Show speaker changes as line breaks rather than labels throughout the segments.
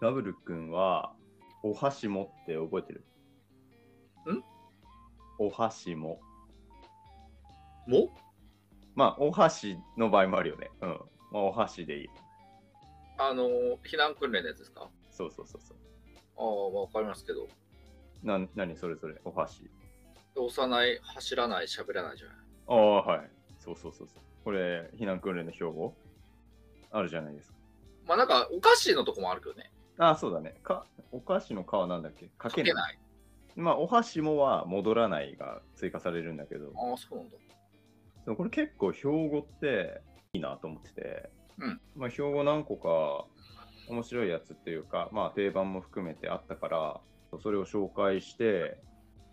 ダブル君は、お箸持って覚えてる
ん
お箸も。
も
まあ、お箸の場合もあるよね。うん。まあ、お箸でいい。
あのー、避難訓練のやつですか
そうそうそうそう。
ああ、まあわかりますけど。
な、なにそれそれ、お箸。
押さない、走らない、喋らないじゃない。
ああ、はい。そうそうそうそう。これ、避難訓練の標語あるじゃないですか。
まあなんか、おかしいのとこもあるけどね。
ああ、そうだね。か、お菓子の皮はなんだっけかけ
か
な
け
い。
ない。
まあ、お箸もは戻らないが追加されるんだけど、
ああ、そうなんだ。
そうこれ結構標語っていいなと思ってて、
うん
まあ、標語何個か面白いやつっていうか、まあ、定番も含めてあったから、それを紹介して、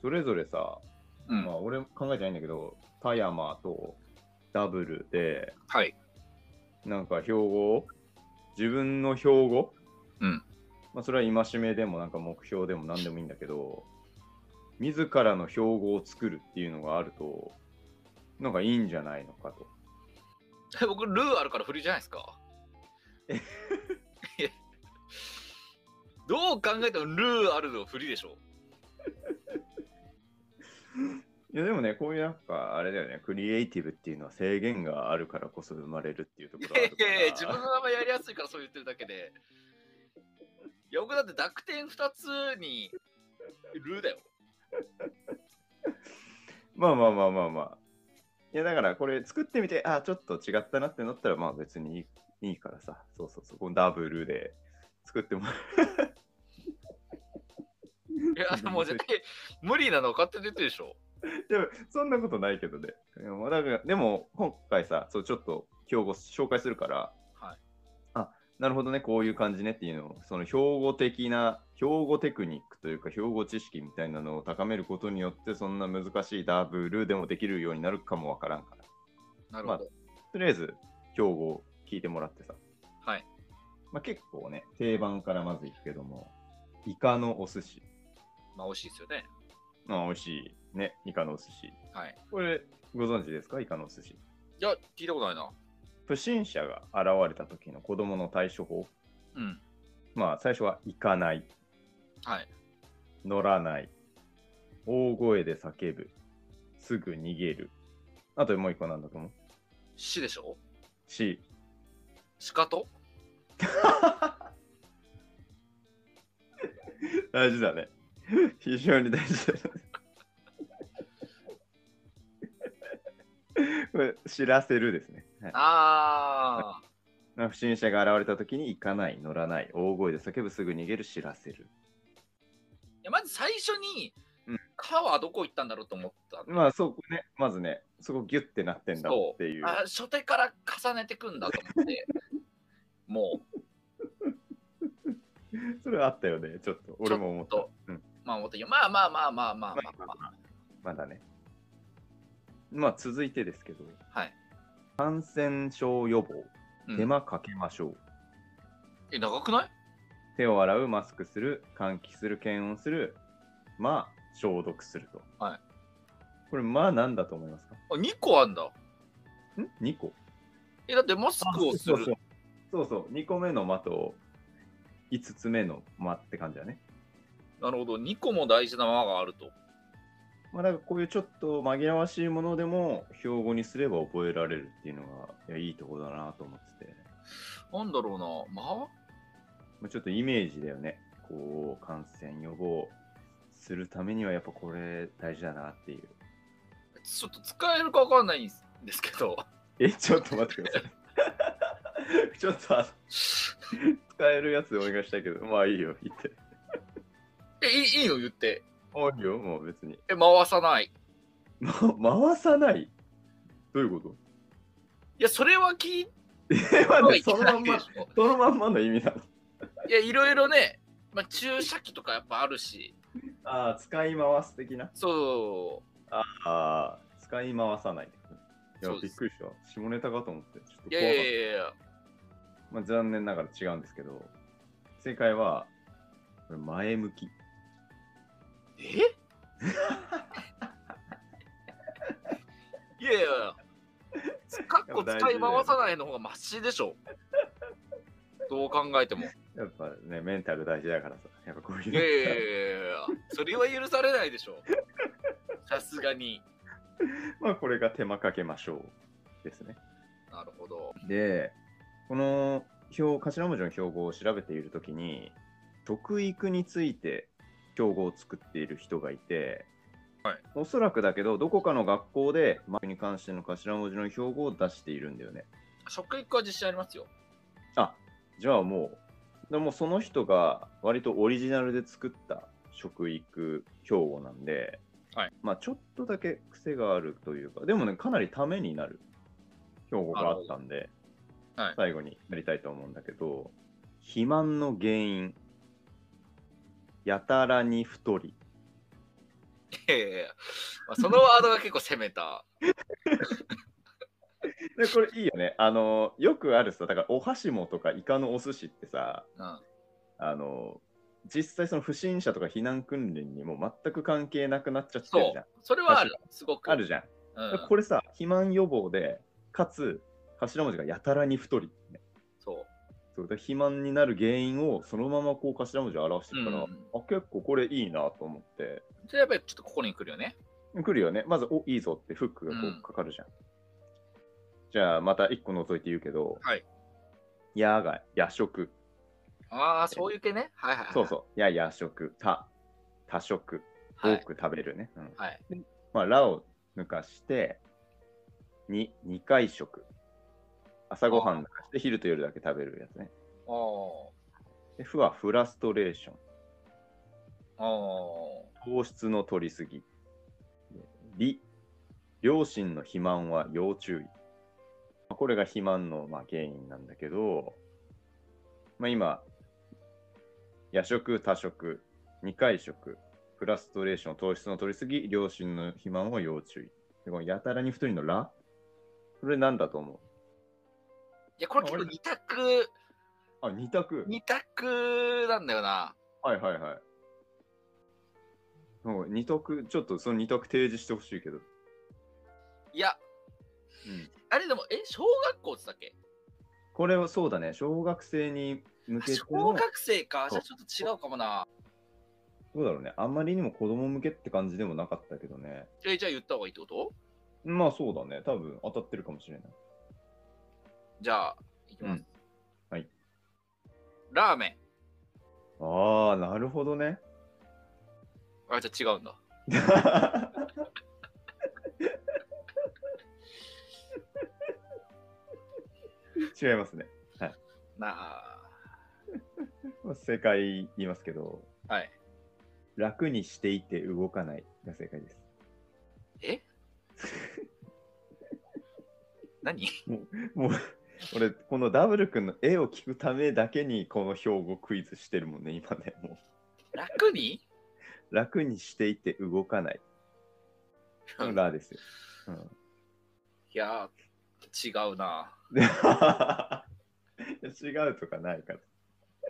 それぞれさ、
うん。
まあ、俺考えてないんだけど、田山とダブルで、
はい。
なんか標語を自分の標語、
うん
まあ、それは戒めでもなんか目標でも何でもいいんだけど自らの標語を作るっていうのがあるとなんかいいんじゃないのかと
え僕、ルーあるから振りじゃないですか。いやどう考えてもルーあるの振りでしょ。
いやでもねこういうなんかあれだよねクリエイティブっていうのは制限があるからこそ生まれるっていうところがある
い
から
やいや自分の名前やりやすいからそう言ってるだけで。いや、僕だって濁点2つにルーだよ。
まあまあまあまあまあいやだからこれ作ってみてあちょっと違ったなってなったらまあ別にいいいいからさそうそうそうこのダブルで作ってもら
いや、もう絶対無理なの勝手に言ってるでしょ。
でもそんなことないけどね。いやまあだからでも今回さ、そうちょっと標語紹介するから、
はい
あなるほどね、こういう感じねっていうのを、その標語的な、標語テクニックというか、標語知識みたいなのを高めることによって、そんな難しいダブルでもできるようになるかもわからんから。
なるほど。
とりあえず、標語を聞いてもらってさ、
はい。
まあ、結構ね、定番からまずいくけども、イカのお寿司。
まあ、美味しいですよね。
あ美味しいね、イカのお寿司。
はい。
これ、ご存知ですか、イカのお寿司。
いや、聞いたことないな。
不審者が現れた時の子供の対処法
うん。
まあ最初は行かない
はい。
乗らない大声で叫ぶすぐ逃げるあともう一個なんだと思う
死でしょ
C
しかと
大事だね非常に大事だねこれ知らせるですね、はい
ああ。
まあ不審者が現れた時に行かない乗らない大声で叫ぶすぐ逃げる知らせる
いや、まず最初に
うん、
かはどこ行ったんだろうと思った。
まあそうねまずねそこギュッてなってんだっていう
あ初手から重ねてくんだと思って、 も
それはあったよね、ちょっと。俺も思っ
ち
た
ょ。
うん、
う、まあ思って、まあまあまあまあまあまあ、まあ、
まだね。まあ、続いてですけど、
はい。
感染症予防、
うん
手間かけましょう。
え、長くない
手を洗う、マスクする、換気する、検温する、まあ、消毒すると。
はい。
これ、まあ、なんだと思いますか
あ ?2 個あんだ。
ん ?2 個。
え、だってマスクをす
そうそ
る
う。そうそう、2個目の間と、5つ目の間って感じだね。
なるほど、2個も大事な輪があると。
まあ、だからこういうちょっと紛らわしいものでも、標語にすれば覚えられるっていうのが、いや、いいとこだなと思ってて。
なんだろうな、ま
まあちょっとイメージだよね。こう、感染予防するためには、やっぱこれ大事だなっていう。
あ、ちょっと使えるかわかんないんですけど、
え、ちょっと待ってください。 ちょっとあの、使えるやつお願いしたいけど、まあいいよ、言って。
え、いいいいの言って。
あいいよ、もう別に。
え、回さない。
ま、回さないどういうこと
いや、それは聞い
え、待っ
たら
て、
いけ
その
な
ま
い
ん
で
ま
し、ょ。
そのまんまの意味なの。
いや、いろいろね、まあ、注射器とかやっぱあるし、
ああ、使い回す的な。
そう、
ああ、使い回さない。いや
そ、う
び
で
っ
す
くりした。下ネタかと思って、ちょっと怖かっ
い
た
やいや いやいや、
まあ、残念ながら違うんですけど、正解は、これ前向き。
えいやいやいや、かっこ使い回さないの方がマシでしょ。どう考えても。
やっぱね、メンタル大事だからさ、やっぱこういう
いやいやいや
の。
いやいやそれは許されないでしょ。さすがに。
まあこれが手間かけましょうですね。
なるほど。
で、この表、頭文字の標語を調べているときに、食育について標語を作っている人がいて、
はい
おそらくだけど、どこかの学校で、マに関しての頭文字の標語を出しているんだよね。
食育は実施ありますよ。
あじゃあもう、でもその人が割とオリジナルで作った食育標語なんで、
はい
まあちょっとだけ癖があるというか、でもね、かなりためになる標語があったんで、
なるほ
最後にやりたいと思うんだけど、肥満の原因、やたらに太 り、
いやいやいやまあ、そのワードが結構攻めた。
でこれいいよね。あの、よくあるさ、だからお箸もとかイカのお寿司ってさ、
うん、
あの、実際その不審者とか避難訓練にもう全く関係なくなっちゃってるじゃん。
それはある。すごく。
あるじゃん。
うん、
これさ、肥満予防で、かつ頭文字がやたらに太り、ね。
そう。
そうだから肥満になる原因をそのままこう頭文字を表してるから、
うん
あ結構これいいなと思って。
それやっぱりちょっとここに来るよね。
来るよね。まず、お、いいぞってフックがこ
うん
うかかるじゃん。じゃあ、また一個除いて言うけど、
はい。
やが、夜食。
ああ、そういう系ね。はいはい、はい。
そうそう。や、夜食。た、多食。
は
多
い。
く食べるね。うん。
はい、
まあ、ラを抜かして、に、2回食。朝ごはん抜かして、昼と夜だけ食べるやつね。
あー
で、ふはフラストレーション。
あー。
糖質の取りすぎ。でり、両親の肥満は要注意。まあこれが肥満のまあ原因なんだけど、まあ、今、夜食、多食、2回食、フラストレーション、糖質の取りすぎ、両親の肥満は要注意。でこのやたらに太りのらこれなんだと思う
いや、これ結構二択、
あ、二択。
二択なんだよな。
はいはいはい。もう二択、ちょっとその二択提示してほしいけど。
いや、
うん
あれでも、え、小学校って言ったっけ
これはそうだね、小学生に向けて
あ小
の、
学生か。
そ
じ
う
ゃあちょっと違うかもな。
どうだろうね、あんまりにも子供向けって感じでもなかったけどね。
え、じゃあ言った方がいいってこと
まあそうだね、多分当たってるかもしれない。
じゃあ、いきます。
うんはい。
ラーメン。
ああ、なるほどね。
あ、じゃあ違うんだ。
違いますね。
なあ。
まあ正解言いますけど、
はい。
楽にしていて動かないが正解です。
え 何
もう、俺、このダブル君の絵を聞くためだけに、この標語クイズしてるもんね、今ね。も
楽に
う、楽にしていて動かない。のラですよ。うん
いやー、違うな。
で いや違うとかないから。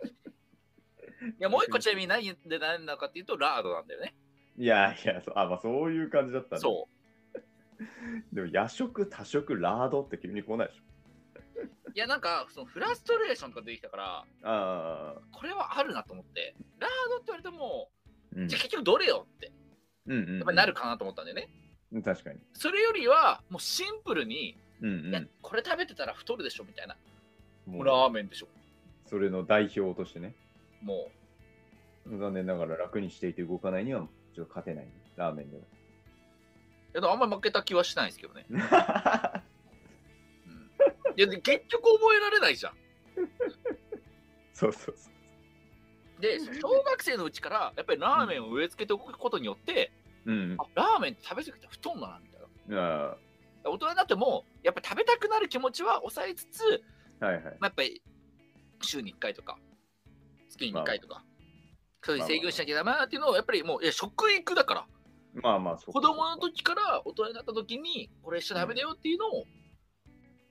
いや、もう一個ちなみに何で悩んだかっていうと、ラードなんだよね。
いやいや、そうあまあ、そういう感じだったね。。
そう
でも、夜食、多食、ラードって急に来ないでし
う。いや、なんか、そのフラストレーションとか出てきたから、
ょ。ああ。
これはあるなと思って、ラードって言われても、
うん。
じゃあ結局どれよって、
うんうんうん
やっぱりなるかなと思ったんだよね。
うん確かに。
それよりは、もうシンプルに、
うん
いや、これ食べてたら太るでしょみたいな。
うん。も
も
う
うラーメンでしょ。
それの代表としてね。
も
残念ながら楽にしていて動かないには、ちょっと勝てない。ラーメンでは。
う。いや、でもあんまり負けた気はしないですけどね。うん、いや、で結局覚えられないじゃん。
そうそうそう。
で、その小学生のうちから、やっぱりラーメンを植え付けておくことによって、
うん
あ、ラーメンって食べ過ぎたら太んだな、みたいな。
うん。あ
大人になっても、やっぱ食べたくなる気持ちは抑えつつ、
あ。はいはい。
まあ、やっぱり週に1回とか、月に2回とか、そういう制御しなきゃダメだなっていうのを、やっぱりもう、いや、食育だから、
まあまあ、そう
子供の時から大人になった時に、これしちゃダメだよっていうのを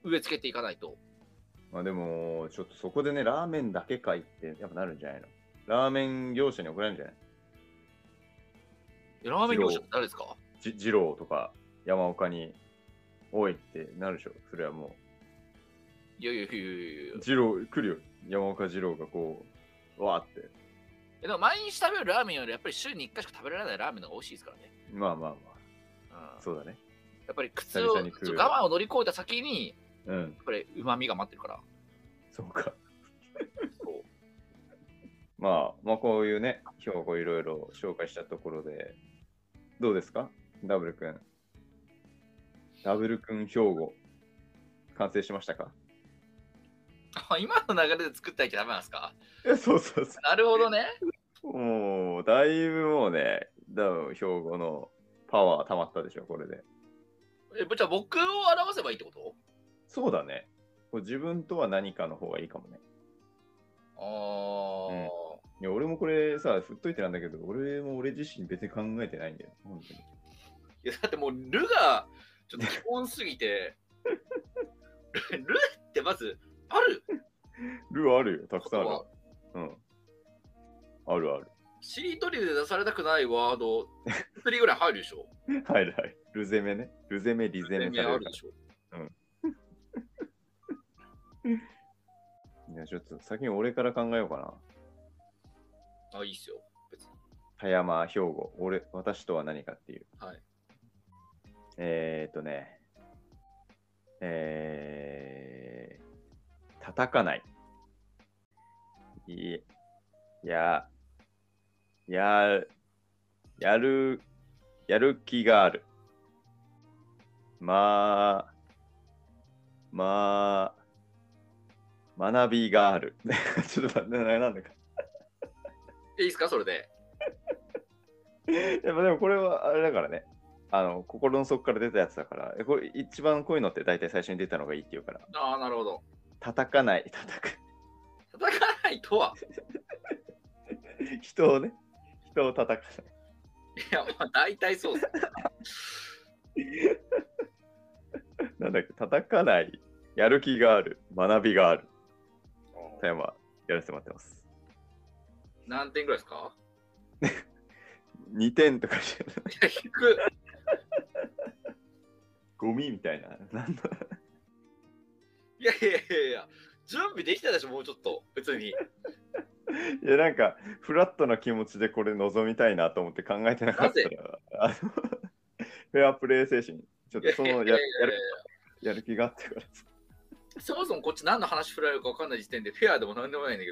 植え付けていかないと。
まあでも、ちょっとそこでね、ラーメンだけかいって、やっぱなるんじゃないのラーメン業者に怒られるんじゃない
いやラーメン業者って誰ですか
じ二郎とか山岡に、おいってなるでしょ。それはも、
いやいやいやいやいう
二郎、来るよ。山岡二郎がこう、わーって。
えでも毎日食べるラーメンよりやっぱり週に1回しか食べられないラーメンの方が美味しいですからね。
まあまあま
う
あ、
ん
そうだね。
やっぱり靴を
久々に食う
そう我慢を乗り越えた先に、
うん、
やっぱりうまみが待ってるから。
そうか。
そう
まあ、まあ、こういうね、標語いろいろ紹介したところで、どうですかダブルくん。ダブルくん標語、完成しましたか
あ今の流れで作ったらいけダメなんですか
えそうそうそ
なるほどね。
う。もう、だいぶもうね、多分標語のパワー溜まったでしょ、これで。
えじゃあ僕を表せばいいってこと
そうだね。こう自分とは何かの方がいいかもね。
ああ、
いや、俺もこれさ、振っといてなんだけど、俺も俺自身別に考えてないんだよ。本当に
いやだってもう「る」がちょっと基本すぎて「る」ってまずある
ルーあるよ、たくさんある
こ。
うん。あるある。
しりとりで出されたくないワード3ぐらい入るでしょ
はいはい。ルゼメね。ルゼメ、リゼメされる
全然あ
か
るでしょ
ら。いや、ちょっと先に俺から考えようかな。
あいいっすよ別に
田山、兵庫、俺、私とは何かっていう。
はい。
えー、っとね。えー、叩かない。いいや、や、やる、やる気がある。まあ、ま あ、学びがある。 ちょっと待って、ななんだか。
えいいっすかそれで
やっぱでもこれはあれだからね。あの心の底から出たやつだから、えこれ一番こういうのって大体最初に出たのがいいっていうから、
ああなるほど
叩かない、 叩く。
叩かないとは
人をね、人を叩かない。
いやまあ大 体そうっす
なんだっけ、叩かない、やる気がある、学びがある。
うん
田山、やらせてもらってます。
何点ぐらいですか
2点とかじゃない
いや低く
ゴミみたいな。なんだ
いやいやいやいや準備できたでしょもうちょっと別に
いや、なんか、フラットな気持ちでこれ臨みたいなと思って考えてなかったら、あのフェアプレイ精神、ちょっとそのや
いやいやい
や
やいや
るやる気があってから。
そもそもこっち何の話振られるか分かんない時点でフェアでも何でもないんだけ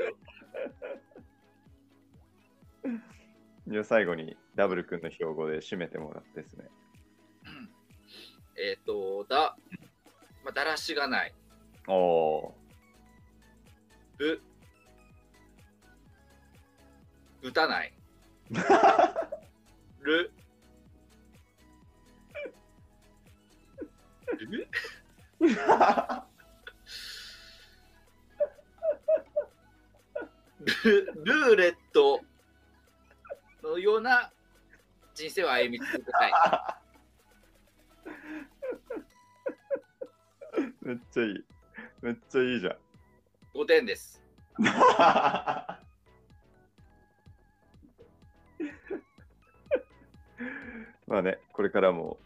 ど
じゃあ最後にダブル君の標語で締めてもらってですね。
えっ、と、だ、まあ、だらしがない、
おお
ぶ、打たない、る、るルルーレットのような人生を歩み続けたい。
めっちゃいい。めっちゃいいじゃん。
5点です。
まあね、これからも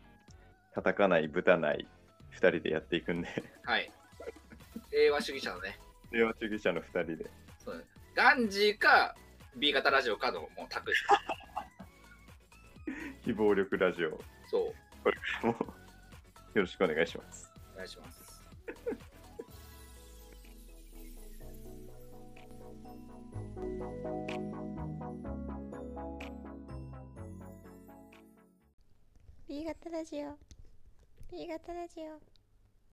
叩かない、ぶたない2人でやっていくんで、
はい。平和主義者のね。
平和主義者の2人で。
そうねガンジーか B 型ラジオかのもう択です。
非暴力ラジオも
そう、
うよろしくお願いします。
お願いします。
B 型ラジオ B 型ラジオ